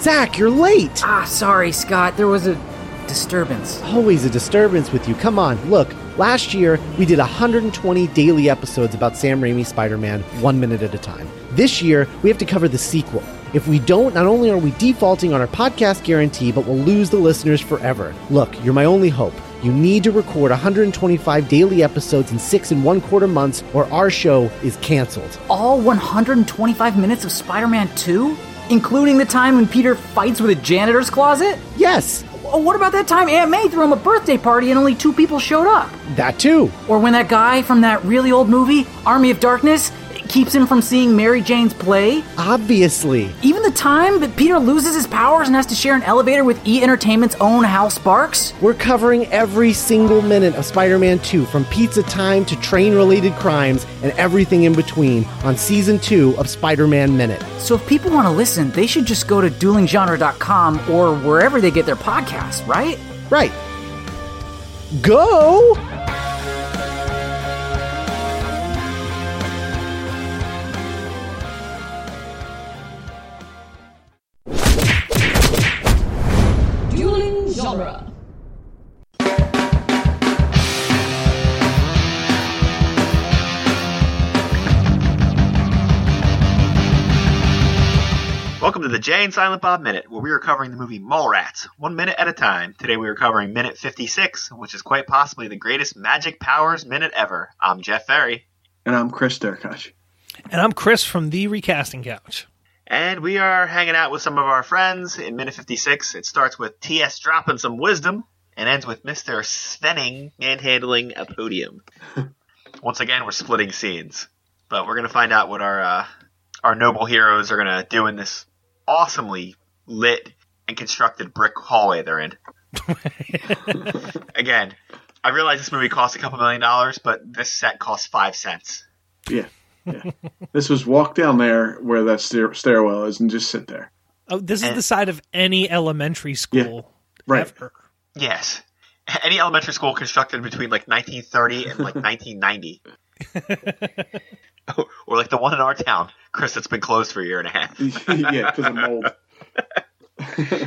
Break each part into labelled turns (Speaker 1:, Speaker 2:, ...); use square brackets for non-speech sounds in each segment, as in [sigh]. Speaker 1: Zach, you're late.
Speaker 2: Ah, sorry, Scott. There was a disturbance.
Speaker 1: Always a disturbance with you. Come on, look. Last year, we did 120 daily episodes about Sam Raimi's Spider Man, one minute at a time. This year, we have to cover the sequel. If we don't, not only are we defaulting on our podcast guarantee, but we'll lose the listeners forever. Look, you're my only hope. You need to record 125 daily episodes in six and one quarter months, or our show is canceled.
Speaker 2: All 125 minutes of Spider Man 2? Including the time when Peter fights with a janitor's closet?
Speaker 1: Yes,
Speaker 2: Oh, what about that time Aunt May threw him a birthday party and only two people showed up?
Speaker 1: that too.
Speaker 2: Or when that guy from that really old movie, Army of Darkness, keeps him from seeing Mary Jane's play?
Speaker 1: Obviously.
Speaker 2: Even the time that Peter loses his powers and has to share an elevator with E Entertainment's own Hal Sparks?
Speaker 1: We're covering every single minute of Spider Man 2, from pizza time to train related crimes and everything in between, on season 2 of Spider Man Minute.
Speaker 2: So if people want to listen, they should just go to duelinggenre.com or wherever they get their podcasts, right?
Speaker 1: Right. Go!
Speaker 3: Dueling genre.
Speaker 4: Welcome to the Jay and Silent Bob Minute, where we are covering the movie Mallrats, one minute at a time. Today we are covering minute 56, which is quite possibly the greatest magic powers minute ever. I'm Jeff Ferry,
Speaker 5: And I'm Chris Durkach.
Speaker 6: And I'm Chris from the Recasting Couch.
Speaker 4: and we are hanging out with some of our friends in minute 56. It starts with TS dropping some wisdom and ends with Mr. Svenning manhandling a podium. Once again, we're splitting scenes, but we're going to find out what our uh, our noble heroes are going to do in this awesomely lit and constructed brick hallway they're in. again, I realize this movie cost a couple million dollars, but this set costs five cents.
Speaker 5: Yeah. yeah. [laughs] this was walk down there where that stair- stairwell is and just sit there.
Speaker 6: Oh, this is the side of any elementary school
Speaker 5: Right.
Speaker 6: ever.
Speaker 4: Yes. [laughs] Any elementary school constructed between like 1930 and like
Speaker 6: [laughs]
Speaker 4: 1990. [laughs] or like the one in our town, Chris, that's been closed for a year and a half.
Speaker 5: Mm-hmm. [laughs] yeah, because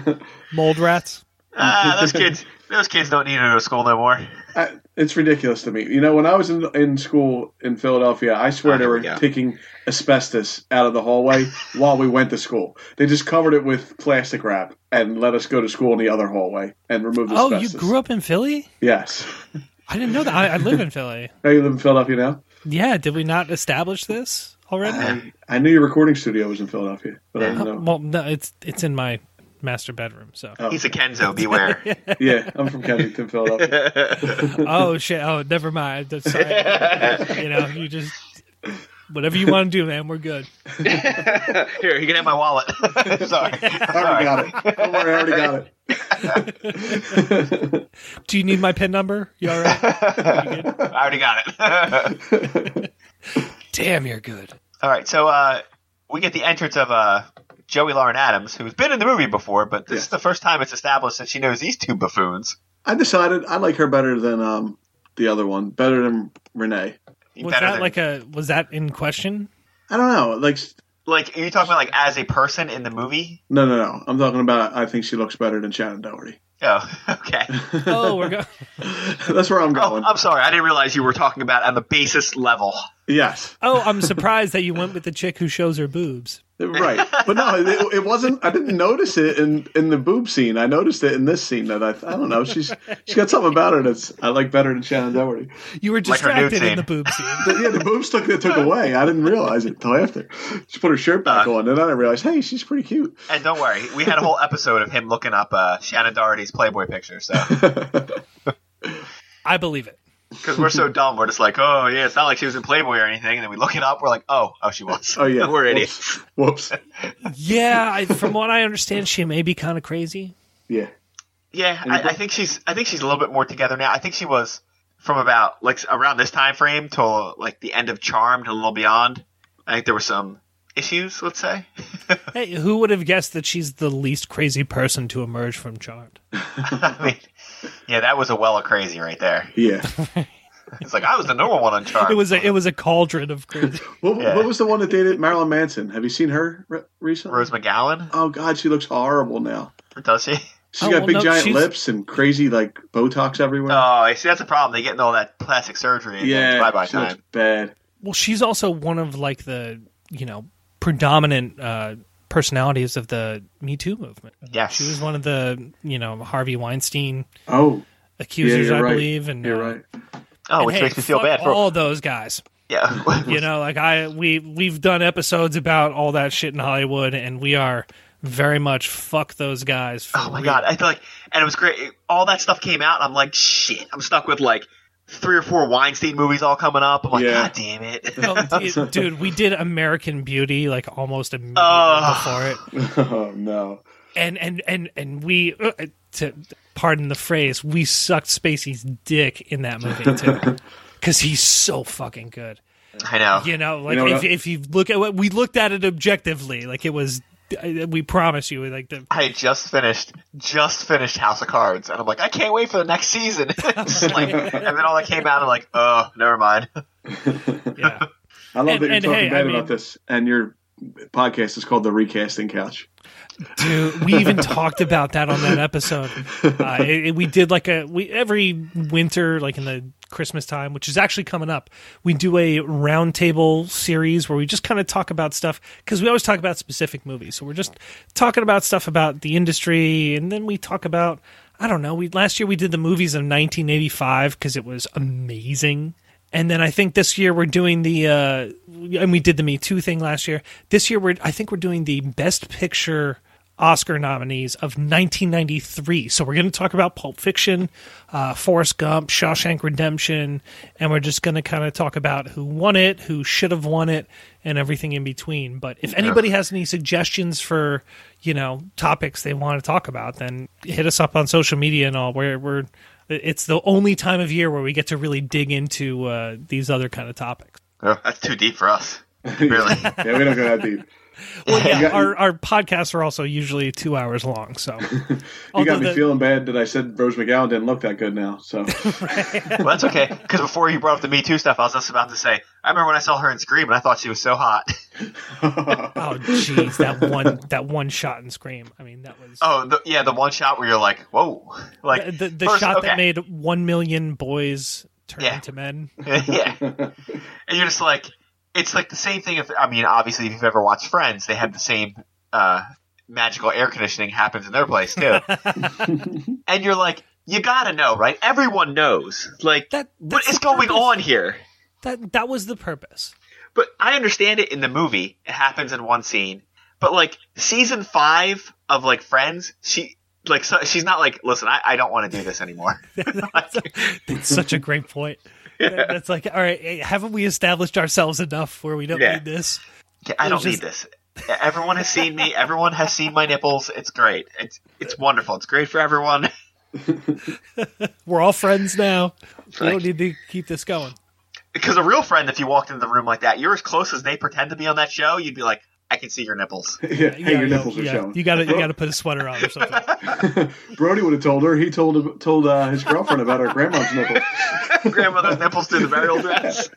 Speaker 5: of mold.
Speaker 6: Mold rats.
Speaker 4: Ah, those kids, those kids don't need to go to school no more.
Speaker 5: I, it's ridiculous to me. You know, when I was in, in school in Philadelphia, I swear
Speaker 4: Oh,
Speaker 5: they
Speaker 4: here we
Speaker 5: were
Speaker 4: go.
Speaker 5: taking asbestos out of the hallway while we went to school. They just covered it with plastic wrap and let us go to school in the other hallway and remove the
Speaker 6: Oh, you
Speaker 5: asbestos.
Speaker 6: grew up in Philly?
Speaker 5: Yes.
Speaker 6: I didn't know that. I, I live in Philly.
Speaker 5: Now you live in Philadelphia now?
Speaker 6: Yeah, did we not establish this already?
Speaker 5: I, I knew your recording studio was in Philadelphia, but I didn't know.
Speaker 6: Well, no, it's it's in my master bedroom. So,
Speaker 5: Oh.
Speaker 4: He's a Kenzo,
Speaker 6: [laughs]
Speaker 4: beware.
Speaker 5: Yeah, I'm from Kensington, Philadelphia.
Speaker 6: oh shit. Oh, never mind. That's- Sorry. you know, you just whatever you want to do, man. We're good.
Speaker 4: Here, you can have my wallet. [laughs] Sorry.
Speaker 5: [laughs] I already got it. Don't worry, [laughs] I already got it.
Speaker 6: Do you need my pin number? You all right?
Speaker 4: I already got it. [laughs]
Speaker 6: Damn, you're good.
Speaker 4: All right, so uh, we get the entrance of uh, Joey Lauren Adams, who's been in the movie before, but this
Speaker 5: Yeah.
Speaker 4: is the first time it's established that she knows these two buffoons.
Speaker 5: I decided I like her better than um, the other one, better than Renee.
Speaker 6: Was
Speaker 4: Better
Speaker 6: that
Speaker 4: than-
Speaker 6: like a was that in question?
Speaker 5: I don't know. Like, s-
Speaker 4: like are you talking about like as a person in the movie?
Speaker 5: no, no, no. I'm talking about. I think she looks better than Shannon Doherty. [laughs]
Speaker 4: Oh, [laughs] okay.
Speaker 6: Oh, we're going.
Speaker 5: That's where I'm
Speaker 4: Oh,
Speaker 5: going.
Speaker 4: I'm sorry. I didn't realize you were talking about on the basis level.
Speaker 5: yes,
Speaker 6: Oh, I'm surprised that you went with the chick who shows her boobs.
Speaker 5: right. But no, it, it wasn't. I didn't notice it in in the boob scene. I noticed it in this scene that I, I don't know. She's she's got something about her that's I like better than Shannon Doherty.
Speaker 6: You were
Speaker 4: Like her nude
Speaker 6: distracted in
Speaker 4: scene.
Speaker 6: the boob scene.
Speaker 5: But yeah, the boobs took that took away. I didn't realize it until after she put her shirt back on, and then I realized, hey, she's pretty cute.
Speaker 4: And don't worry, we had a whole episode of him looking up uh, Shannon Doherty's Playboy picture. So
Speaker 6: I believe it.
Speaker 4: because we're so dumb, we're just like, oh yeah, it's not like she was in Playboy or anything. And then we look it up, we're like, oh, oh, she was.
Speaker 5: Oh
Speaker 4: [laughs]
Speaker 5: yeah,
Speaker 4: we're idiots.
Speaker 5: Whoops. Whoops.
Speaker 6: Yeah, I, from what I understand, she may be kind of crazy.
Speaker 5: Yeah.
Speaker 4: Yeah, I, I think she's. I think she's a little bit more together now. I think she was from about like around this time frame till like the end of Charmed, a little beyond. I think there were some issues. Let's say. [laughs]
Speaker 6: Hey, who would have guessed that she's the least crazy person to emerge from Charmed?
Speaker 4: I mean, yeah, that was a well of crazy right there. [laughs]
Speaker 5: Yeah.
Speaker 4: It's like I was the normal one on Charmed.
Speaker 6: It was a it was a cauldron of crazy.
Speaker 5: What,
Speaker 4: Yeah.
Speaker 5: what was the one that dated Marilyn Manson? Have you seen her? Re- recently?
Speaker 4: Rose McGowan,
Speaker 5: Oh God, she looks horrible now.
Speaker 4: does she?
Speaker 5: She's
Speaker 6: Oh,
Speaker 5: got
Speaker 6: well,
Speaker 5: big
Speaker 6: no,
Speaker 5: giant
Speaker 6: she's-
Speaker 5: lips and crazy like Botox everywhere.
Speaker 4: Oh, you see, that's a problem. They get all that plastic surgery. And
Speaker 5: yeah,
Speaker 4: bye bye
Speaker 5: she looks
Speaker 4: time.
Speaker 5: bad.
Speaker 6: Well, she's also one of like the you know predominant uh, personalities of the Me Too movement.
Speaker 4: Yes.
Speaker 6: She was one of the you know Harvey Weinstein
Speaker 5: Oh, yeah,
Speaker 6: accusers,
Speaker 5: you're
Speaker 6: I
Speaker 5: right.
Speaker 6: believe, and
Speaker 5: you're
Speaker 6: uh,
Speaker 5: right.
Speaker 4: Oh,
Speaker 6: and
Speaker 4: which
Speaker 6: hey,
Speaker 4: makes me feel bad
Speaker 6: fuck
Speaker 4: for
Speaker 6: all those guys.
Speaker 4: [laughs] yeah.
Speaker 6: You know, like I we we've done episodes about all that shit in Hollywood, and we are very much fuck those guys. for
Speaker 4: Oh my
Speaker 6: real.
Speaker 4: god, I feel like, and it was great. All that stuff came out. And I'm like, shit. I'm stuck with like three or four Weinstein movies all coming up. I'm like,
Speaker 5: Yeah.
Speaker 4: god damn it.
Speaker 6: Oh, dude, dude, we did American Beauty like almost immediately
Speaker 4: Oh.
Speaker 6: before it.
Speaker 5: oh no.
Speaker 6: and and and and we uh, to pardon the phrase we sucked spacey's dick in that movie
Speaker 5: [laughs]
Speaker 6: too because he's so fucking good
Speaker 4: [laughs] I know.
Speaker 6: you know like
Speaker 5: know
Speaker 6: if,
Speaker 5: what I-
Speaker 6: if you look at what we looked at it objectively like it was I- we promise you like the
Speaker 4: I had just finished, just finished House of Cards, and I'm like, I can't wait for the next season. [laughs] Just like- and then all that came out, I'm like, oh, never mind. [laughs]
Speaker 6: yeah
Speaker 5: I love that
Speaker 6: And-
Speaker 5: you're
Speaker 6: and,
Speaker 5: talking
Speaker 6: hey, I
Speaker 5: bad about
Speaker 6: mean-
Speaker 5: this, and your podcast is called the Recasting Couch.
Speaker 6: dude we even talked about that on that episode uh, it, it- we did like a we every winter like in the christmas time which is actually coming up we do a roundtable series where we just kind of talk about stuff because we always talk about specific movies so we're just talking about stuff about the industry and then we talk about i don't know we last year we did the movies of 1985 because it was amazing and then I think this year we're doing the, uh, and we did the Me Too thing last year. This year we're, I think we're doing the Best Picture Oscar nominees of 1993. So we're going to talk about Pulp Fiction, uh, Forrest Gump, Shawshank Redemption, and we're just going to kind of talk about who won it, who should have won it, and everything in between. But if anybody has any suggestions for, you know, topics they want to talk about, then hit us up on social media and all. We're, we're, it's the only time of year where we get to really dig into uh, these other kind of topics.
Speaker 4: Oh, that's too deep for us. Really.
Speaker 5: Yeah, we don't go that
Speaker 6: [laughs]
Speaker 5: deep.
Speaker 6: Well, yeah,
Speaker 5: You got-
Speaker 6: our, our podcasts are also usually two hours long. So,
Speaker 5: [laughs] You
Speaker 6: Although
Speaker 5: got me
Speaker 6: the-
Speaker 5: feeling bad that I said Rose McGowan didn't look that good now. So [laughs]
Speaker 4: well, that's okay. Because before you brought up the Me Too stuff, I was just about to say, I remember when I saw her in Scream, and I thought she was so hot. [laughs]
Speaker 6: [laughs] oh jeez, that one that one shot and scream. I mean, that was
Speaker 4: Oh, the, yeah, the one shot where you're like, whoa. Like
Speaker 6: the, the
Speaker 4: first-
Speaker 6: shot
Speaker 4: okay.
Speaker 6: that made one million boys turn
Speaker 4: Yeah.
Speaker 6: into men.
Speaker 4: [laughs] yeah. And you're just like, it's like the same thing. If I mean, obviously, if you've ever watched Friends, they have the same uh, magical air conditioning happens in their place
Speaker 6: [laughs]
Speaker 4: too. and you're like, you gotta know, right? Everyone knows, like,
Speaker 6: That-
Speaker 4: what
Speaker 6: that's
Speaker 4: is
Speaker 6: the
Speaker 4: going
Speaker 6: purpose.
Speaker 4: on here?
Speaker 6: That that was the purpose.
Speaker 4: But I understand it in the movie. It happens in one scene. But like season five of like Friends, she like so, she's not like, listen, I, I don't want to do this anymore.
Speaker 6: That's such a
Speaker 4: [laughs]
Speaker 6: great point. That- That's like, all right, hey, haven't we established ourselves enough where we don't
Speaker 4: Yeah.
Speaker 6: need this?
Speaker 4: Yeah, I
Speaker 6: It
Speaker 4: don't
Speaker 6: was
Speaker 4: need this. Everyone has seen me. Everyone has seen my nipples. It's great. It's it's wonderful. It's great for everyone. [laughs]
Speaker 6: We're all friends now. We don't need to keep this going.
Speaker 4: Because a real friend, if you walked into the room like that, you're as close as they pretend to be on that show. You'd be like, I can see your nipples.
Speaker 5: yeah, hey, your nipples are
Speaker 6: yeah.
Speaker 5: showing.
Speaker 6: You gotta you gotta put a sweater on
Speaker 4: [laughs]
Speaker 6: or something.
Speaker 5: Brody would have told her. He told told uh, his girlfriend about her grandma's nipples.
Speaker 4: Grandmother's nipples through the burial dress.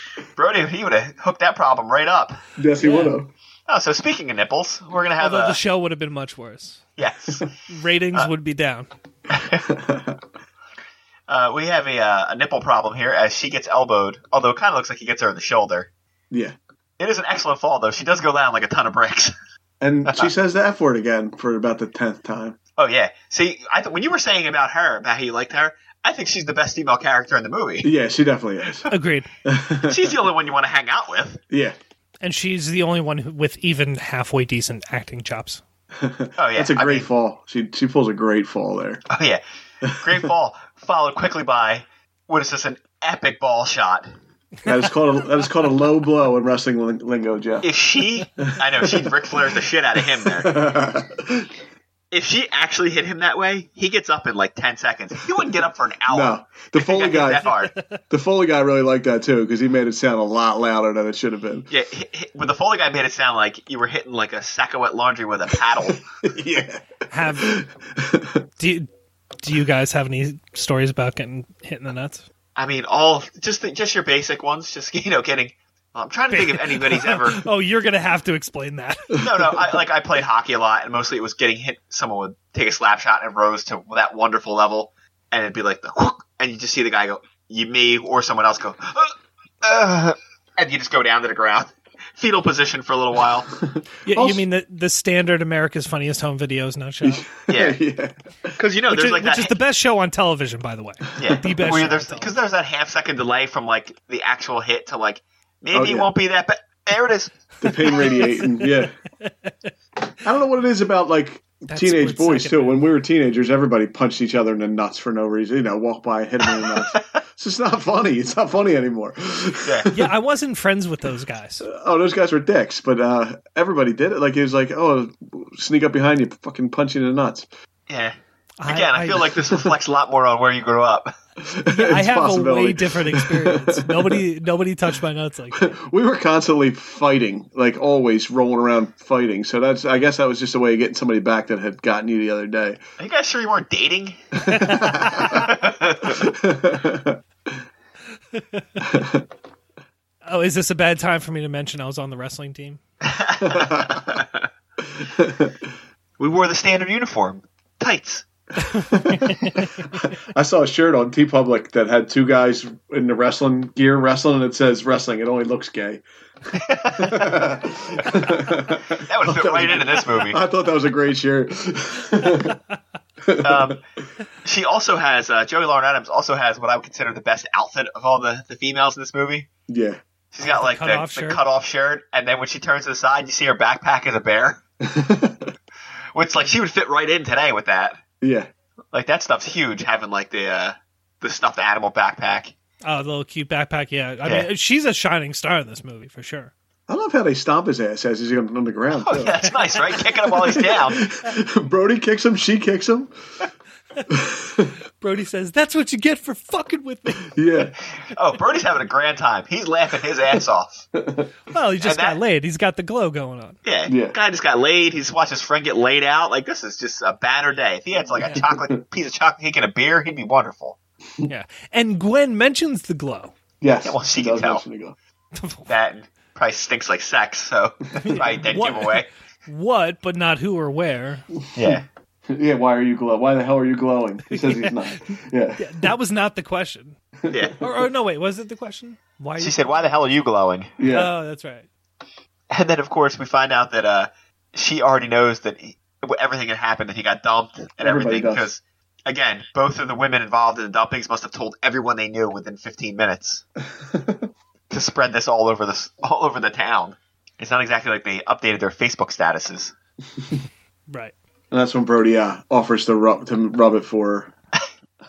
Speaker 4: [laughs] Brody, he would have hooked that problem right up.
Speaker 5: Yes, he would have.
Speaker 4: Oh, so speaking of nipples, we're gonna have
Speaker 6: Although
Speaker 4: a
Speaker 6: the show would have been much worse.
Speaker 5: [laughs]
Speaker 4: yes.
Speaker 6: Ratings would be down.
Speaker 4: Uh, we have a, uh, a nipple problem here as she gets elbowed. Although it kind of looks like he gets her in the shoulder.
Speaker 5: Yeah,
Speaker 4: It is an excellent fall though. She does go down like a ton of bricks. [laughs]
Speaker 5: and she says the F word again for about the tenth time.
Speaker 4: Oh yeah. See, I th- when you were saying about her, about how you liked her, I think she's the best female character in the movie.
Speaker 5: Yeah, she definitely is.
Speaker 6: Agreed.
Speaker 4: [laughs] she's the only one you want to hang out with.
Speaker 5: Yeah,
Speaker 6: And she's the only one who, with even halfway decent acting chops.
Speaker 4: Oh yeah,
Speaker 5: that's a
Speaker 4: I
Speaker 5: great
Speaker 4: mean,
Speaker 5: fall. She she pulls a great fall there.
Speaker 4: oh
Speaker 5: [laughs]
Speaker 4: yeah, great ball followed quickly by what is this an epic ball shot?
Speaker 5: That is called a, that is called a low blow in wrestling ling- lingo, Jeff.
Speaker 4: If she, I know she Ric Flairs the shit out of him there.
Speaker 5: [laughs]
Speaker 4: If she actually hit him that way, he gets up in like ten seconds. He wouldn't get up for an hour.
Speaker 5: No, the
Speaker 4: He got
Speaker 5: Foley
Speaker 4: hit that
Speaker 5: guy,
Speaker 4: hard.
Speaker 5: the Foley guy really liked that too because he made it sound a lot louder than it should have been.
Speaker 4: Yeah, he, he, with the Foley guy made it sound like you were hitting like a sack of wet laundry with a
Speaker 5: [laughs]
Speaker 4: paddle.
Speaker 5: yeah,
Speaker 6: Have do you, do you guys have any stories about getting hit in the nuts?
Speaker 4: I mean, all just the, just your basic ones, just you know, getting Well, I'm trying to think if anybody's ever.
Speaker 6: Oh, you're gonna have to explain that.
Speaker 4: No, no. I, like I played hockey a lot, and mostly it was getting hit. Someone would take a slap shot and it rose to that wonderful level, and it'd be like the whoop, and you just see the guy go, you me or someone else go, "Uh, uh," and you just go down to the ground, [laughs] fetal position for a little [laughs] while.
Speaker 6: You, you mean the the standard America's Funniest Home Videos no
Speaker 4: [laughs]
Speaker 6: show,
Speaker 4: Yeah,
Speaker 5: [laughs] yeah.
Speaker 4: because you know
Speaker 6: which,
Speaker 4: there's
Speaker 6: is,
Speaker 4: like
Speaker 6: which
Speaker 4: that.
Speaker 6: is the best show on television, by the way.
Speaker 4: yeah,
Speaker 6: the best show
Speaker 4: where
Speaker 6: on
Speaker 4: there's
Speaker 6: television.
Speaker 4: because there's that half second delay from like the actual hit to like maybe
Speaker 5: Oh,
Speaker 4: it
Speaker 5: yeah.
Speaker 4: won't be that, but there it is.
Speaker 5: The pain radiating. Yeah. I don't know what it is about like
Speaker 6: That
Speaker 5: teenage
Speaker 6: split
Speaker 5: boys
Speaker 6: second,
Speaker 5: too. When we were teenagers, everybody punched each other in the nuts for no reason. You know, walk by, hit them in the
Speaker 4: [laughs]
Speaker 5: nuts. It's just not funny. It's not funny anymore.
Speaker 4: Yeah.
Speaker 6: [laughs] Yeah, I wasn't friends with those guys.
Speaker 5: Oh, those guys were dicks, but uh, everybody did it. Like it was like, oh, sneak up behind you, fucking punch you in the nuts.
Speaker 4: Yeah.
Speaker 6: I-
Speaker 4: Again, I,
Speaker 6: I-
Speaker 4: feel like
Speaker 6: [laughs]
Speaker 4: this reflects a lot more on where you grew up.
Speaker 6: I
Speaker 5: It's
Speaker 6: have a
Speaker 5: possibility.
Speaker 6: way
Speaker 5: [laughs]
Speaker 6: different experience. nobody, nobody touched my nuts like that.
Speaker 5: we were constantly fighting, like always rolling around fighting. So that's, I guess, that was just a way of getting somebody back that had gotten you the other day.
Speaker 4: Are you guys sure you weren't dating?
Speaker 6: Oh, is this a bad time for me to mention I was on the wrestling team?
Speaker 4: We wore the standard uniform, tights.
Speaker 5: I saw a shirt on T Public that had two guys in the wrestling gear wrestling, and it says wrestling. It only looks gay.
Speaker 4: That would fit right into this
Speaker 5: [laughs]
Speaker 4: movie.
Speaker 5: I thought that was a great shirt. [laughs]
Speaker 4: Um, she also has uh, Joey Lauren Adams also has what I would consider the best outfit of all the, the females in this movie.
Speaker 5: yeah,
Speaker 4: She's got like the, the,
Speaker 6: cut-off
Speaker 4: cut-off,
Speaker 6: shirt.
Speaker 4: shirt, and then when she turns to the side, you see her backpack as a bear, which like she would fit right in today with that.
Speaker 5: yeah.
Speaker 4: Like that stuff's huge. Having like the uh, the stuffed animal backpack.
Speaker 6: Oh, the little cute backpack. Yeah, I
Speaker 4: Yeah.
Speaker 6: mean, she's a shining star in this movie for sure.
Speaker 5: I love how they stomp his ass as he's on the ground.
Speaker 4: Oh yeah, that's nice, right? Kicking him while he's down.
Speaker 5: too. [laughs] Brody kicks him, she kicks him.
Speaker 6: Brody says, "That's what you get for fucking with me."
Speaker 4: [laughs]
Speaker 5: Yeah,
Speaker 4: Oh, Brody's having a grand time. He's laughing his ass off.
Speaker 6: Well, he
Speaker 4: And that-
Speaker 6: just got laid. He's got the glow going on.
Speaker 4: Yeah,
Speaker 5: Yeah.
Speaker 4: guy just got laid. He's watched his friend get laid out. Like this is just a banner day. If he had like a chocolate piece of chocolate cake and a beer, he'd be wonderful.
Speaker 6: Yeah, and Gwen mentions the glow.
Speaker 5: yes.
Speaker 4: well, she
Speaker 5: That was
Speaker 4: can tell.
Speaker 5: mentioned ago.
Speaker 4: That and probably stinks like sex, so [laughs] probably dead
Speaker 6: What?
Speaker 4: giveaway.
Speaker 6: What, but not who or where.
Speaker 4: Yeah,
Speaker 5: Yeah, why are you glow? Why the hell are you glowing? He says
Speaker 6: [laughs]
Speaker 5: he's not. Yeah,
Speaker 6: That was not the question.
Speaker 4: yeah.
Speaker 6: Or, or no, wait, was it the question? Why? are
Speaker 4: She
Speaker 6: you-
Speaker 4: said, "Why the hell are you glowing?"
Speaker 5: yeah.
Speaker 6: Oh, that's right.
Speaker 4: And then, of course, we find out that uh, she already knows that he, everything had happened, that he got dumped and
Speaker 5: Everybody
Speaker 4: everything.
Speaker 5: does.
Speaker 4: Because again, both of the women involved in the dumpings must have told everyone they knew within 15
Speaker 5: [laughs]
Speaker 4: minutes to spread this all over this all over the town. It's not exactly like they updated their Facebook statuses.
Speaker 6: Right.
Speaker 5: And that's when Brody uh, offers to rub to rub it for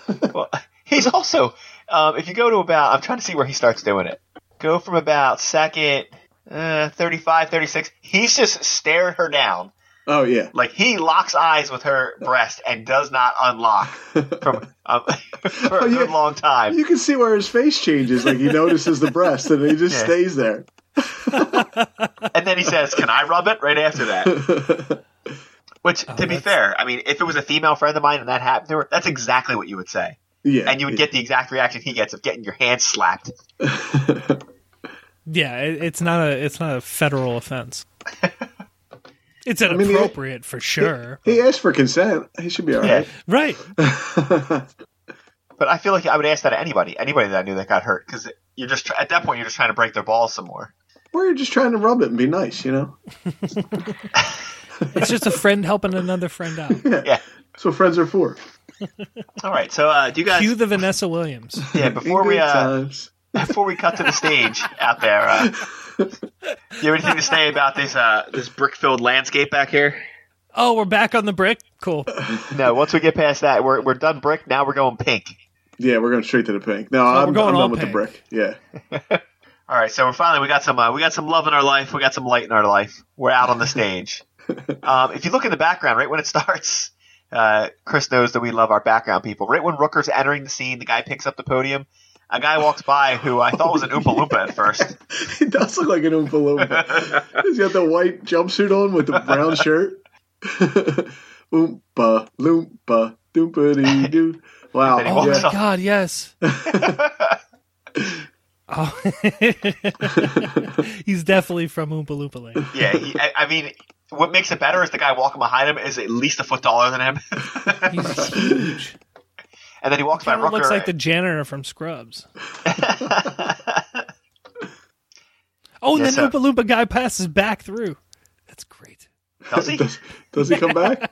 Speaker 5: her.
Speaker 4: Well, [laughs] he's also, um, if you go to about, I'm trying to see where he starts doing it. Go from about second uh, 35, 36. He's just staring her down.
Speaker 5: Oh yeah,
Speaker 4: Like he locks eyes with her breast and does not unlock
Speaker 5: [laughs]
Speaker 4: from um, [laughs] for a
Speaker 5: Oh, yeah.
Speaker 4: good long time.
Speaker 5: you can see where his face changes. Like he notices the breast, and he just
Speaker 4: Yeah.
Speaker 5: stays there.
Speaker 4: And then he says, "Can I rub it?" Right after that.
Speaker 5: [laughs]
Speaker 4: Which, to be
Speaker 6: that's-
Speaker 4: fair, I mean, if it was a female friend of mine and that happened to her, that's exactly what you would say,
Speaker 5: Yeah,
Speaker 4: and you would get the exact reaction he gets of getting your hand slapped.
Speaker 6: Yeah, it, it's not a it's not a
Speaker 4: [laughs]
Speaker 6: federal offense. It's
Speaker 5: mean, the-
Speaker 6: inappropriate for sure.
Speaker 5: He asked for consent. He should be all
Speaker 4: Yeah.
Speaker 5: right.
Speaker 6: right.
Speaker 4: But I feel like I would ask that to anybody, anybody that I knew that got hurt, because you're just try- at that point you're just trying to break their balls some
Speaker 5: [laughs]
Speaker 4: more.
Speaker 5: Or you're just trying to rub it and be nice, you know.
Speaker 6: It's just a friend helping another friend
Speaker 5: [laughs]
Speaker 6: out.
Speaker 4: Yeah.
Speaker 5: That's what friends are for.
Speaker 4: All right. So, uh, do you guys?
Speaker 6: Cue the Vanessa Williams.
Speaker 4: yeah. Before
Speaker 5: In
Speaker 4: we
Speaker 5: good
Speaker 4: uh,
Speaker 5: times.
Speaker 4: before we cut to the stage out there, uh, you have anything to say about this uh, this brick filled landscape back here?
Speaker 6: Oh, we're back on the brick. Cool.
Speaker 4: No, once we get past that, we're we're done brick. Now we're going pink.
Speaker 5: Yeah, we're going straight to the pink. No, I'm,
Speaker 6: we're going
Speaker 5: I'm
Speaker 6: all
Speaker 5: done with the
Speaker 6: pink.
Speaker 5: brick. Yeah,
Speaker 4: All right, so we're finally we got some uh, we got some love in our life. We got some light in our life. We're out on the [laughs] stage. um, if you look in the background, right when it starts, uh, Chris knows that we love our background people. Right when Rooker's entering the scene, the guy picks up the podium. A guy walks by who I thought was an Oompa Loompa at first.
Speaker 5: [laughs] he does look like an Oompa Loompa. He's got the white jumpsuit on with the brown shirt. [laughs] Oompa Loompa Doompa Doo. Wow.
Speaker 4: Then he
Speaker 6: Oh
Speaker 4: walks [laughs]
Speaker 5: yeah.
Speaker 6: my
Speaker 4: Yeah.
Speaker 6: god, yes. Oh. [laughs] He's definitely from Oompa Loompa Land.
Speaker 4: Yeah, he, I, I mean, what makes it better is the guy walking behind him is at least a foot taller than him, [laughs]
Speaker 6: He's huge.
Speaker 4: and then he walks by
Speaker 6: Kind
Speaker 4: Rooker.
Speaker 6: of looks like the janitor from
Speaker 4: [laughs]
Speaker 6: Scrubs. oh,
Speaker 4: Yes,
Speaker 6: and then
Speaker 4: sir.
Speaker 6: Oompa Loompa guy passes back through. That's great.
Speaker 4: Does he?
Speaker 5: Does, does he come
Speaker 4: [laughs]
Speaker 5: back?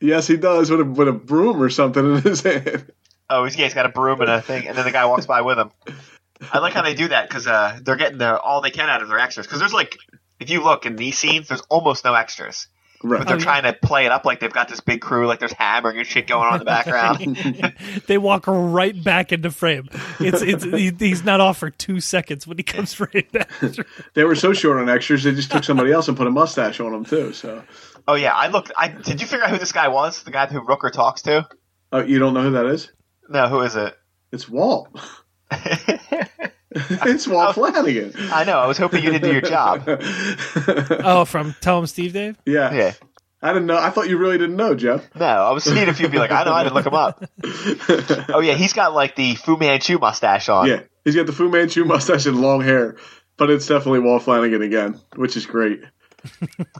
Speaker 5: yes, he does with a, with a broom or something in his hand. [laughs]
Speaker 4: Oh, he's, yeah, he's got a broom and a thing, and then the guy walks by with him. I like how they do that because uh, they're getting the, all they can out of their extras. Because there's like, if you look in these scenes, there's almost no extras, but
Speaker 5: Right.
Speaker 4: they're
Speaker 6: Oh, yeah.
Speaker 4: trying to play it up like they've got this big crew, like there's hammering and shit going on in the
Speaker 6: [laughs]
Speaker 4: background.
Speaker 6: They walk right back into frame. It's it's he, he's not off for two seconds when he comes right back.
Speaker 5: They were so short on extras, they just took somebody else and put a mustache on him too. So,
Speaker 4: oh yeah, I looked. I did you figure out who this guy was? The guy who Rooker talks to?
Speaker 5: oh, you don't know who that is?
Speaker 4: No, who is it? [laughs]
Speaker 5: It's Walt. [laughs] it's
Speaker 4: Oh.
Speaker 5: Walt Flanagan.
Speaker 4: I know. I was hoping you did do your job.
Speaker 6: Oh, from Tell Him Steve Dave.
Speaker 5: Yeah.
Speaker 4: Yeah.
Speaker 5: I didn't know. I thought you really didn't know, Jeff.
Speaker 4: No, I was seeing if you'd be like, I know, I didn't look him
Speaker 5: [laughs]
Speaker 4: up. Oh yeah, he's got like the Fu Manchu mustache on.
Speaker 5: Yeah, he's got the Fu Manchu mustache and long hair, but it's definitely Walt Flanagan again, which is great.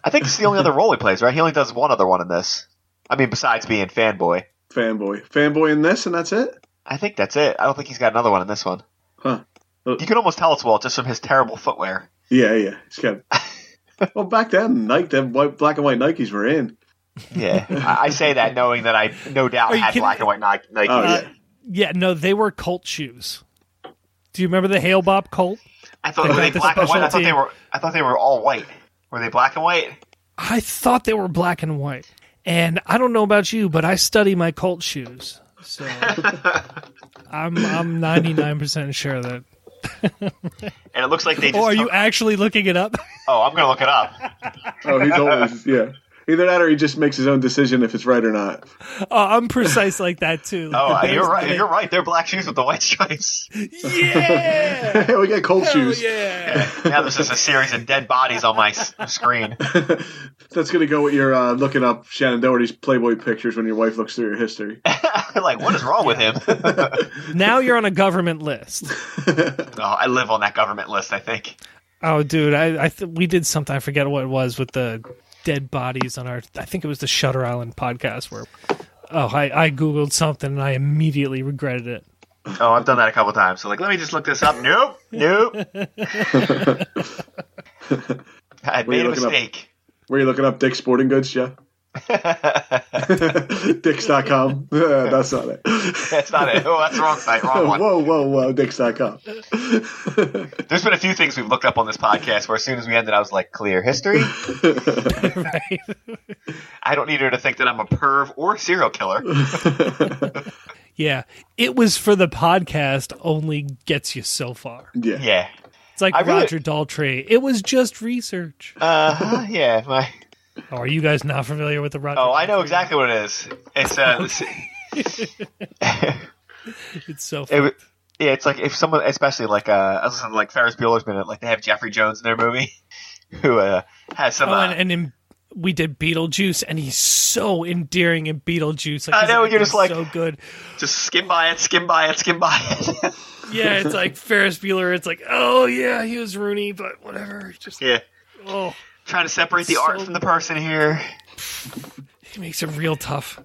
Speaker 4: I think it's the only other role he plays, right? He only does one other one in this. I mean, besides being fanboy.
Speaker 5: Fanboy, fanboy in this, and that's it.
Speaker 4: I think that's it. I don't think he's got another one in this one.
Speaker 5: Huh.
Speaker 4: You can almost tell it's Walt just from his terrible footwear.
Speaker 5: Yeah, yeah. It's
Speaker 6: [laughs]
Speaker 5: kind of. well, back then, Nike, them white, black and white Nikes were in.
Speaker 4: Yeah, I, I say that knowing that I no doubt
Speaker 6: Are you
Speaker 4: had
Speaker 6: kidding?
Speaker 4: black and white Nike. Nike.
Speaker 5: Oh yeah.
Speaker 6: Yeah, no, they were cult shoes. Do you remember the Hale Bob cult?
Speaker 4: I thought
Speaker 6: They
Speaker 4: were
Speaker 6: got
Speaker 4: they
Speaker 6: the
Speaker 4: black and white. I thought
Speaker 6: specialty.
Speaker 4: they were. I thought they were all white. Were they black and white?
Speaker 6: I thought they were black and white. And I don't know about you, but I study my cult shoes. So I'm I'm 99% sure that
Speaker 4: And it looks like they just.
Speaker 6: Or Oh, are you
Speaker 4: took-
Speaker 6: actually looking it up?
Speaker 4: oh, I'm gonna look it up.
Speaker 5: Oh, he's always yeah. Either that, or he just makes his own decision if it's right or not.
Speaker 6: [laughs]
Speaker 5: [laughs]
Speaker 6: Oh, I'm precise like that too. [laughs]
Speaker 4: Oh,
Speaker 6: There's
Speaker 4: you're right.
Speaker 6: the-
Speaker 4: You're right. They're black shoes with the white stripes.
Speaker 6: Yeah.
Speaker 5: we got cold
Speaker 6: Hell
Speaker 5: shoes.
Speaker 6: yeah.
Speaker 4: Now there's just a series of dead bodies on my s- screen.
Speaker 5: That's gonna go with your uh, looking up Shannon Doherty's Playboy pictures when your wife looks through your history.
Speaker 4: like, what is wrong with him? oh,
Speaker 6: Now you're on a government list.
Speaker 4: I live on that government list. I think.
Speaker 6: Oh, dude, I, I th- we did something. I forget what it was with the dead bodies on our. I think it was the Shutter Island podcast where. Oh, I, I googled something and I immediately regretted it.
Speaker 4: Oh, I've done that a couple times. So like, let me just look this up. Nope, nope. I
Speaker 5: are you
Speaker 4: made a
Speaker 5: looking up?
Speaker 4: mistake.
Speaker 5: Were you looking up Dick's Sporting Goods, [laughs]
Speaker 6: [laughs]
Speaker 5: Jeff? Dicks.com. Yeah, [laughs] that's not it.
Speaker 4: That's not it. Oh, that's the wrong site. Wrong one.
Speaker 5: whoa, whoa, whoa, Dicks.com.
Speaker 4: There's been a few things we've looked up on this podcast where as soon as we ended, I was like, clear history.
Speaker 6: Right?
Speaker 4: I don't need her to think that I'm a perv or serial killer.
Speaker 6: yeah. It was for the podcast only gets you so far.
Speaker 5: Yeah.
Speaker 4: Yeah.
Speaker 6: It's like
Speaker 4: I really-
Speaker 6: Roger Daltrey. It was just research.
Speaker 4: Uh, yeah. My,
Speaker 6: Oh, are you guys not familiar with the Roger?
Speaker 4: oh, I know
Speaker 6: Daltrey?
Speaker 4: exactly what it is. It's uh,
Speaker 6: It's so
Speaker 4: it,
Speaker 6: funny.
Speaker 4: wa- yeah, it's like if someone, especially like uh, I was listening to like Ferris Bueller's Minute, like they have Jeffrey Jones in their movie, [laughs] who uh has some.
Speaker 6: Oh,
Speaker 4: uh,
Speaker 6: and, and in, we did Beetlejuice, and he's so endearing in Beetlejuice. Like,
Speaker 4: I
Speaker 6: his
Speaker 4: know, you're
Speaker 6: acting's
Speaker 4: just like-
Speaker 6: so good.
Speaker 4: just skim by it, skim by it, skim by it. [laughs]
Speaker 6: Yeah, it's like Ferris Bueller. It's like, oh yeah, he was Rooney, but whatever. Just
Speaker 4: yeah.
Speaker 6: oh,
Speaker 4: Trying to separate the art
Speaker 6: So-
Speaker 4: from the person here.
Speaker 6: he makes it real tough.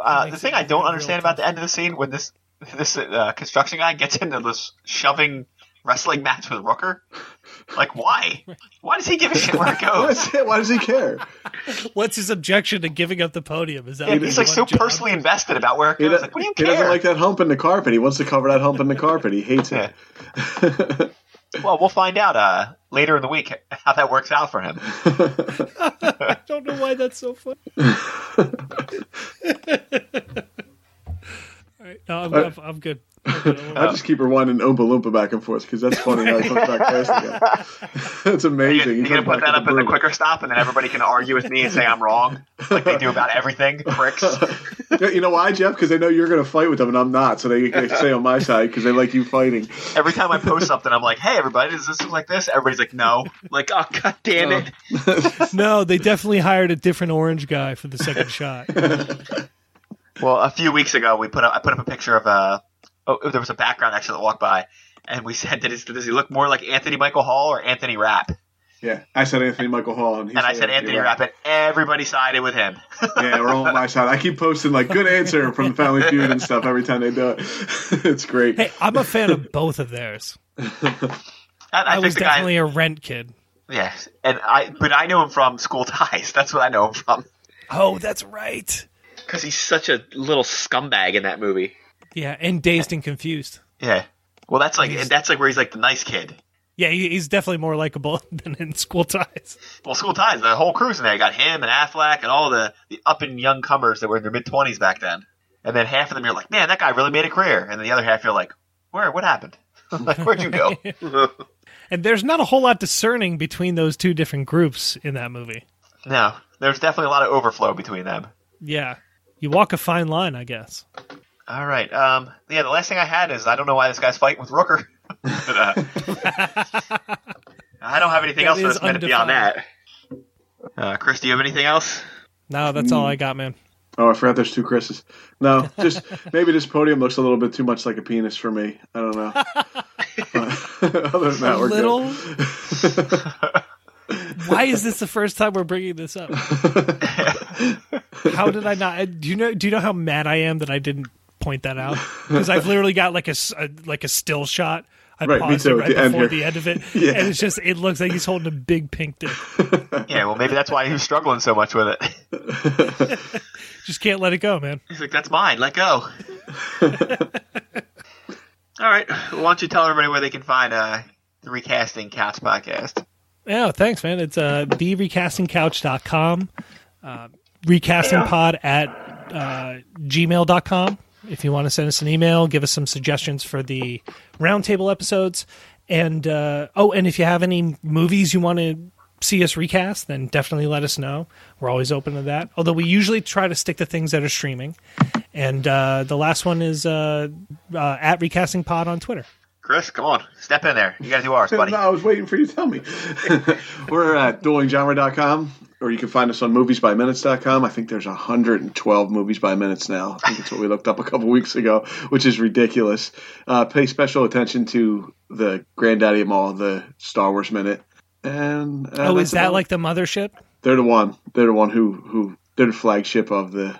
Speaker 4: Uh, the thing I don't understand about the end of the scene when this this uh, construction guy gets into this shoving wrestling match with Rooker, like
Speaker 6: [laughs]
Speaker 4: why? Why does he give a shit where it goes?
Speaker 5: That's it. [laughs] Why does he care?
Speaker 6: What's his objection to giving up the podium? Is that
Speaker 4: And he's like
Speaker 6: one
Speaker 4: so
Speaker 6: job?
Speaker 4: personally invested about where it
Speaker 5: He,
Speaker 4: goes.
Speaker 5: do-
Speaker 4: Like, what do you
Speaker 5: he doesn't
Speaker 4: care?
Speaker 5: like that hump in the carpet. He wants to cover that hump in the carpet. He hates it.
Speaker 4: [laughs] Well, we'll find out uh, later in the week how that works out for him.
Speaker 6: I don't know why that's so funny. All right, no, I'm, I'm, I'm good. I'm good. I'm
Speaker 5: I just keep rewinding Oompa Loompa back and forth because that's funny how he comes
Speaker 4: [laughs]
Speaker 5: back fast again. [laughs] That's
Speaker 4: You,
Speaker 5: amazing. He
Speaker 4: you're
Speaker 5: comes
Speaker 4: gonna put
Speaker 5: back
Speaker 4: that
Speaker 5: with
Speaker 4: up in the
Speaker 5: broom.
Speaker 4: quicker stop, and then everybody can argue with me and say I'm wrong, like they do about everything. Pricks.
Speaker 5: Yeah, You know why, Jeff? Because they know you're going to fight with them and I'm not. So they, they stay
Speaker 4: [laughs]
Speaker 5: on my side because they like you fighting.
Speaker 4: Every time I post something, I'm like, "Hey, everybody, does this look like this?" Everybody's like, "No." Like, oh god damn it!
Speaker 6: No, they definitely hired a different orange guy for the second shot.
Speaker 4: uh, Well, a few weeks ago, we put up, I put up a picture of a. Oh, there was a background actually that walked by, and we said, does, does he look more like Anthony Michael Hall or Anthony Rapp?
Speaker 5: Yeah, I said Anthony Michael Hall, and, he
Speaker 4: And I said Anthony Rapp, and everybody sided with him.
Speaker 5: Yeah, we're all on my side. I keep posting like good answer from Family Feud and stuff every time they do it. [laughs] it's great.
Speaker 6: Hey, I'm a fan of both of theirs.
Speaker 4: And I,
Speaker 6: I
Speaker 4: think
Speaker 6: was
Speaker 4: the guy,
Speaker 6: definitely a rent kid.
Speaker 4: yes, and I, but I know him from School Ties. That's what I know him from
Speaker 6: Oh, that's right.
Speaker 4: because he's such a little scumbag in that movie.
Speaker 6: Yeah, and dazed and confused.
Speaker 4: Yeah. Well, that's like that's like where he's like the nice kid.
Speaker 6: Yeah, he- he's definitely more likable [laughs] than in School Ties.
Speaker 4: Well, School Ties, the whole crew's in there. You got him and Affleck and all the the up and young comers that were in their mid twenties back then. And then half of them you're like, man, that guy really made a career. And then the other half you're like, where? What happened? [laughs] like, where'd you go?
Speaker 6: And there's not a whole lot discerning between those two different groups in that movie.
Speaker 4: no, there's definitely a lot of overflow between them.
Speaker 6: Yeah, you walk a fine line, I guess.
Speaker 4: All right. Um. Yeah. The last thing I had is I don't know why this guy's fighting with Rooker. [laughs] But, uh,
Speaker 6: [laughs]
Speaker 4: I don't have anything
Speaker 6: That
Speaker 4: else for
Speaker 6: is
Speaker 4: this minute beyond
Speaker 6: undefined.
Speaker 4: that. Uh, Chris, do you have anything else?
Speaker 6: No, that's all I got, man.
Speaker 5: Oh, I forgot there's two Chris's. No,
Speaker 6: [laughs]
Speaker 5: just maybe this podium looks a little bit too much like a penis for me. I don't
Speaker 6: [laughs]
Speaker 5: know. [laughs] Other than that,
Speaker 6: a
Speaker 5: we're [laughs]
Speaker 6: little.
Speaker 5: good.
Speaker 6: Why is this the first time we're bringing this up? how did I not? Do you know? Do you know how mad I am that I didn't point that out? Because I've literally got like a, s- a- like a still shot. I
Speaker 5: Right, me
Speaker 6: paused
Speaker 5: too, at
Speaker 6: it right
Speaker 5: the end
Speaker 6: before
Speaker 5: here.
Speaker 6: the end of it,
Speaker 5: [laughs] Yeah.
Speaker 6: and it's just it looks like he's holding a big pink dick.
Speaker 4: Yeah. Well, maybe that's why he was struggling so much with it. [laughs]
Speaker 6: Just can't let it go, man.
Speaker 4: He's like, that's mine. Let
Speaker 6: [laughs]
Speaker 4: go. All right. Why don't you tell everybody where they can find uh, the Recasting Couch podcast?
Speaker 6: Yeah, thanks, man. It's uh, therecastingcouch.com, uh, recastingpod at uh, gmail.com. If you want to send us an email, give us some suggestions for the roundtable episodes. And uh, oh, and if you have any movies you want to see us recast, then definitely let us know. We're always open to that. Although we usually try to stick to things that are streaming. And uh, the last one is uh, uh, at recasting pod on Twitter.
Speaker 4: Chris, come on. Step in there. You got to do ours,
Speaker 5: [laughs]
Speaker 4: buddy.
Speaker 5: No, I was waiting for you to tell me. [laughs] We're at duelinggenre.com, or you can find us on moviesbyminutes.com. I think there's 112 movies by minutes now. I think that's what we looked up a couple weeks ago, which is ridiculous. Uh, pay special attention to the granddaddy of them all, the Star Wars Minute. And uh,
Speaker 6: Oh,
Speaker 5: that's
Speaker 6: is that
Speaker 5: about-
Speaker 6: like the mothership?
Speaker 5: they're the one? They're the one who who they're the flagship of the.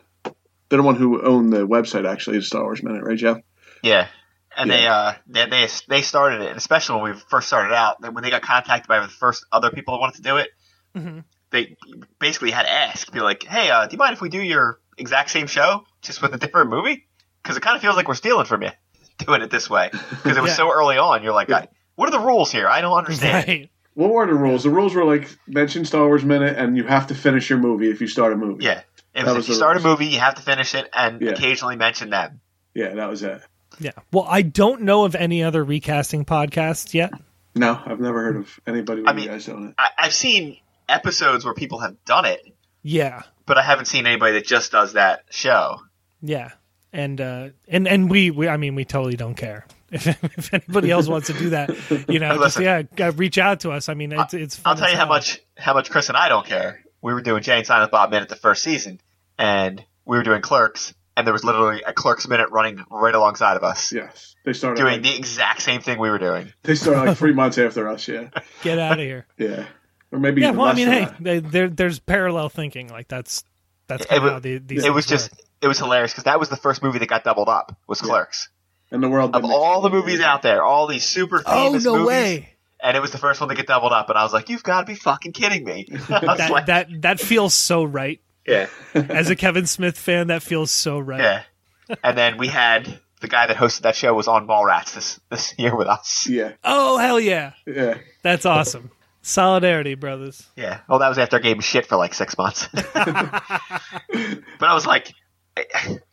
Speaker 5: They're the one who own the website actually, the Star Wars Minute, right, Jeff?
Speaker 4: Yeah. And
Speaker 5: Yeah.
Speaker 4: they uh they, they they started it, and especially when we first started out. Then when they got contacted by the first other people that wanted to do it,
Speaker 6: Mm-hmm.
Speaker 4: they basically had to ask, be like, "Hey, uh, do you mind if we do your exact same show, just with a different movie? Because it kind of feels like we're stealing from you, [laughs] doing it this way. Because it was
Speaker 6: Yeah.
Speaker 4: so early on. You're like, I, what are the rules here? I don't understand.
Speaker 6: Right.
Speaker 5: What were the rules? The rules were like mention Star Wars Minute, and you have to finish your movie if you start a movie.
Speaker 4: Yeah, it
Speaker 5: That
Speaker 4: was,
Speaker 5: was
Speaker 4: if you
Speaker 5: the
Speaker 4: start a
Speaker 5: rules.
Speaker 4: movie, you have to finish it, and
Speaker 5: Yeah.
Speaker 4: occasionally mention them.
Speaker 5: Yeah, that was it.
Speaker 6: Yeah. Well, I don't know of any other recasting podcasts yet.
Speaker 5: No, I've never heard of anybody with
Speaker 4: I
Speaker 5: you
Speaker 4: mean-
Speaker 5: guys doing it.
Speaker 4: I, I've seen episodes where people have done it,
Speaker 6: Yeah.
Speaker 4: but I haven't seen anybody that just does that show.
Speaker 6: Yeah. And uh and and we, we I mean we totally don't care. [laughs] If, if anybody else wants to do that,
Speaker 4: [laughs]
Speaker 6: you know, just
Speaker 4: Listen.
Speaker 6: yeah, uh, reach out to us. I mean, it's it's fun
Speaker 4: I'll tell
Speaker 6: as
Speaker 4: you how
Speaker 6: hell.
Speaker 4: much how much Chris and I don't care. We were doing Jane Silent Bob Minute the first season, and we were doing Clerks, and there was literally a Clerks Minute running right alongside of us,
Speaker 5: Yes, they started.
Speaker 4: doing
Speaker 5: Like,
Speaker 4: the exact same thing we were doing.
Speaker 5: they started
Speaker 4: [laughs]
Speaker 5: like three months after us. Yeah,
Speaker 6: get out of here.
Speaker 5: yeah, or maybe
Speaker 6: yeah,
Speaker 5: even
Speaker 6: well, I
Speaker 5: less
Speaker 6: mean,
Speaker 5: than
Speaker 6: hey,
Speaker 5: that.
Speaker 6: they, there there's parallel thinking. Like that's that's
Speaker 4: uh, It
Speaker 6: kinda
Speaker 4: was-
Speaker 6: how the, these
Speaker 4: It was
Speaker 6: things
Speaker 4: just
Speaker 6: work.
Speaker 4: it was hilarious because that was the first movie that got doubled up was Clerks.
Speaker 5: and the world
Speaker 4: Of
Speaker 5: didn't-
Speaker 4: all the movies out there, all these super
Speaker 6: Oh
Speaker 4: famous
Speaker 6: no
Speaker 4: movies,
Speaker 6: way!
Speaker 4: and it was the first one to get doubled up, and I was like, "You've got to be fucking kidding
Speaker 6: [laughs]
Speaker 4: me!" I was
Speaker 6: That
Speaker 4: like,
Speaker 6: that that feels so right.
Speaker 4: yeah,
Speaker 6: [laughs] As a Kevin Smith fan, that feels so right.
Speaker 4: yeah. And then we had the guy that hosted that show was on Mallrats this this year with us.
Speaker 5: Yeah,
Speaker 6: Oh hell yeah!
Speaker 5: yeah.
Speaker 6: That's awesome. Solidarity, brothers.
Speaker 4: Yeah. Well, that was after I gave him shit for like six months. [laughs] but I was like, I,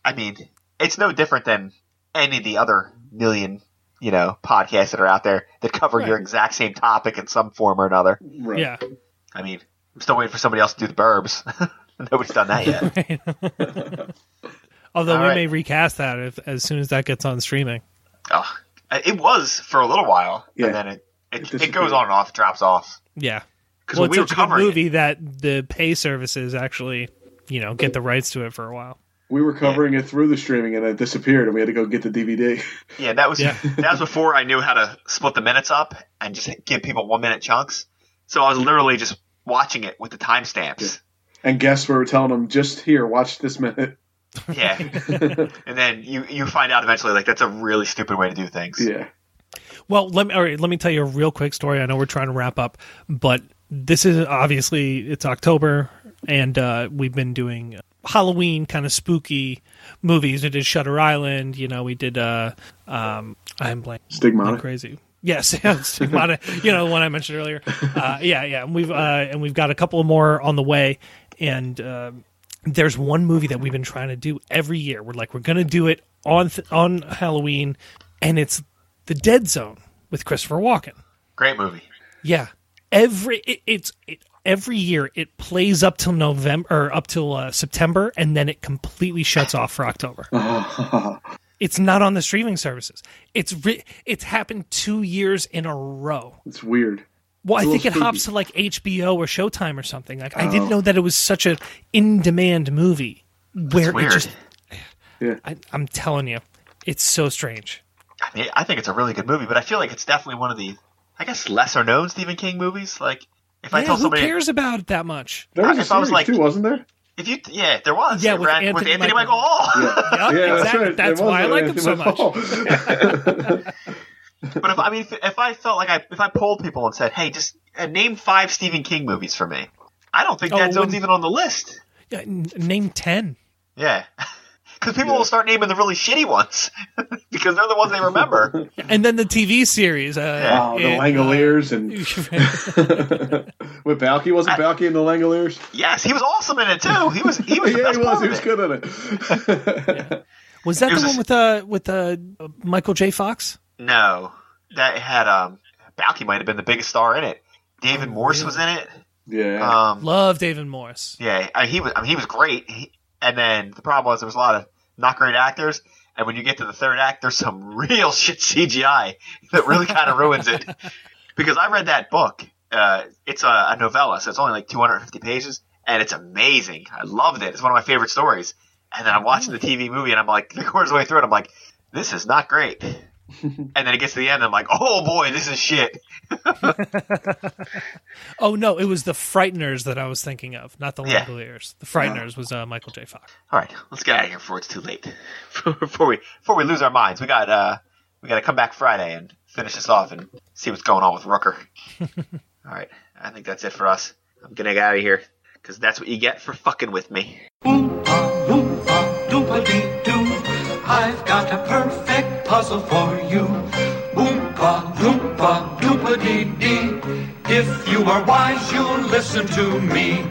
Speaker 4: I mean, it's no different than any of the other million, you know, podcasts that are out there that cover your exact same topic in some form or another.
Speaker 5: Right.
Speaker 6: Yeah.
Speaker 4: I mean, I'm still waiting for somebody else to do the burbs. [laughs] Nobody's done that yet.
Speaker 5: [laughs]
Speaker 6: Although
Speaker 4: All
Speaker 6: we
Speaker 4: right.
Speaker 6: may recast that if, as soon as that gets on streaming.
Speaker 4: oh, it was for a little while,
Speaker 5: Yeah.
Speaker 4: and then it
Speaker 5: It
Speaker 4: it, it,
Speaker 5: disappeared.
Speaker 4: goes on and off, drops off.
Speaker 6: Yeah.
Speaker 4: 'Cause
Speaker 6: Well,
Speaker 4: when
Speaker 6: it's
Speaker 4: we were
Speaker 6: such a good
Speaker 4: covering it-
Speaker 6: movie that the pay services actually, you know, get the rights to it for a while.
Speaker 5: We were covering it through the streaming, and it disappeared, and we had to go get the DVD.
Speaker 4: Yeah, that was
Speaker 6: Yeah.
Speaker 4: [laughs] that was before I knew how to split the minutes up and just give people one minute chunks. So I was literally just watching it with the timestamps.
Speaker 5: And guess we were telling them, just here, watch this minute.
Speaker 4: [laughs] Yeah. and then you you find out eventually like that's a really stupid way to do things.
Speaker 5: [laughs] Yeah.
Speaker 6: Well, let me all right, let me tell you a real quick story. I know we're trying to wrap up, but this is obviously it's October, and uh, we've been doing Halloween kind of spooky movies. We did Shutter Island. You know, we did. Uh, um, I'm blank.
Speaker 5: Stigmata.
Speaker 6: Like crazy. Yes, [laughs] yeah, stigmata. you know the one I mentioned earlier. Uh, yeah, yeah. And we've uh, and we've got a couple more on the way, and uh, there's one movie that we've been trying to do every year. We're like, we're gonna do it on th- on Halloween, and it's the Dead Zone with Christopher Walken.
Speaker 4: Great movie.
Speaker 6: Yeah, every it, it's it, every year it plays up till November or up till uh, September, and then it completely shuts off
Speaker 5: [laughs]
Speaker 6: for October. it's not on the streaming services. It's re- it's happened two years in a row.
Speaker 5: It's weird.
Speaker 6: Well, I
Speaker 5: It's a
Speaker 6: think it
Speaker 5: little
Speaker 6: hops
Speaker 5: spooky.
Speaker 6: to like HBO or Showtime or something. Like I
Speaker 5: Oh.
Speaker 6: didn't know that it was such an in-demand movie where it
Speaker 4: Weird.
Speaker 6: just.
Speaker 5: Yeah.
Speaker 6: I, I'm telling you, it's so strange.
Speaker 4: I mean, I think it's a really good movie, but I feel like it's definitely one of the I guess lesser known Stephen King movies. Like if I
Speaker 6: Yeah,
Speaker 4: told
Speaker 6: who
Speaker 4: somebody
Speaker 6: cares about it
Speaker 5: [laughs]
Speaker 6: that much?
Speaker 5: There was a
Speaker 4: If I was
Speaker 5: series,
Speaker 4: like-
Speaker 5: too, wasn't there?
Speaker 4: if you yeah, there was
Speaker 6: Yeah,
Speaker 4: It
Speaker 6: with
Speaker 4: ran-
Speaker 6: Anthony Michael-
Speaker 4: Michael [laughs] Hall.
Speaker 6: Yup, exactly.
Speaker 5: right.
Speaker 6: That's
Speaker 5: There was
Speaker 6: why I
Speaker 5: an [laughs]
Speaker 6: like him so
Speaker 5: Anthony
Speaker 6: much.
Speaker 5: Hall.
Speaker 4: but if I mean if, if I felt like I if I polled people and said, "Hey, just uh, name 5 Stephen King movies for me." I don't think
Speaker 6: Oh,
Speaker 4: that zone's
Speaker 6: wouldn't-
Speaker 4: even on the list.
Speaker 6: Yeah, Uh, n- name ten.
Speaker 4: Yeah. [laughs] Because people will start naming the really shitty ones [laughs] because they're the ones they remember.
Speaker 6: And then the TV series. Uh,
Speaker 4: Yeah.
Speaker 5: oh, the
Speaker 6: it-
Speaker 5: Langoliers and
Speaker 4: [laughs]
Speaker 5: [laughs] with Balky wasn't
Speaker 4: I-
Speaker 5: Balky in the Langoliers?
Speaker 4: yes, he was awesome in it too. He was. He was. The
Speaker 5: [laughs] yeah,
Speaker 4: best
Speaker 5: he was.
Speaker 4: part
Speaker 5: He
Speaker 4: of
Speaker 5: was
Speaker 4: it.
Speaker 5: good at it. [laughs]
Speaker 6: was that
Speaker 4: It was a
Speaker 6: the one
Speaker 4: s-
Speaker 6: with uh with uh Michael J. Fox?
Speaker 4: No, that had um. Balky might have been the biggest star in it.
Speaker 5: Oh,
Speaker 4: David Morse was in it.
Speaker 5: yeah.
Speaker 4: Um.
Speaker 6: Love David Morris.
Speaker 4: Yeah, I- he was. I mean, he was great. He, and then the problem was there was a lot of not great actors. And when you get to the third act, there's some [laughs] real shit CGI that really kind of ruins it. Because I read that book. Uh, it's a, a novella, so it's only like 250 pages, and it's amazing. I loved it. It's one of my favorite stories. And then I'm watching the TV movie, and I'm like, the quarter's way through it, I'm like, this is not great. and then it gets to the end, and I'm like, oh boy, this is shit.
Speaker 6: Oh no, it was the Frighteners that I was thinking of, not the
Speaker 4: Yeah. Uh-huh.
Speaker 6: Langoliers. The Frighteners was uh, Michael J. Fox.
Speaker 4: All right, let's get out of here before it's too late. [laughs] before we before we lose our minds, we got uh we got to come back Friday and finish this off and see what's going on with Rooker. All right, I think that's it for us. I'm gonna get out of here because that's what you get for fucking with me.
Speaker 7: Oompa, loompa, dee doo. I've got a perfect puzzle for you. Oompa, loompa, dee dee. If you are wise, you'll listen to me.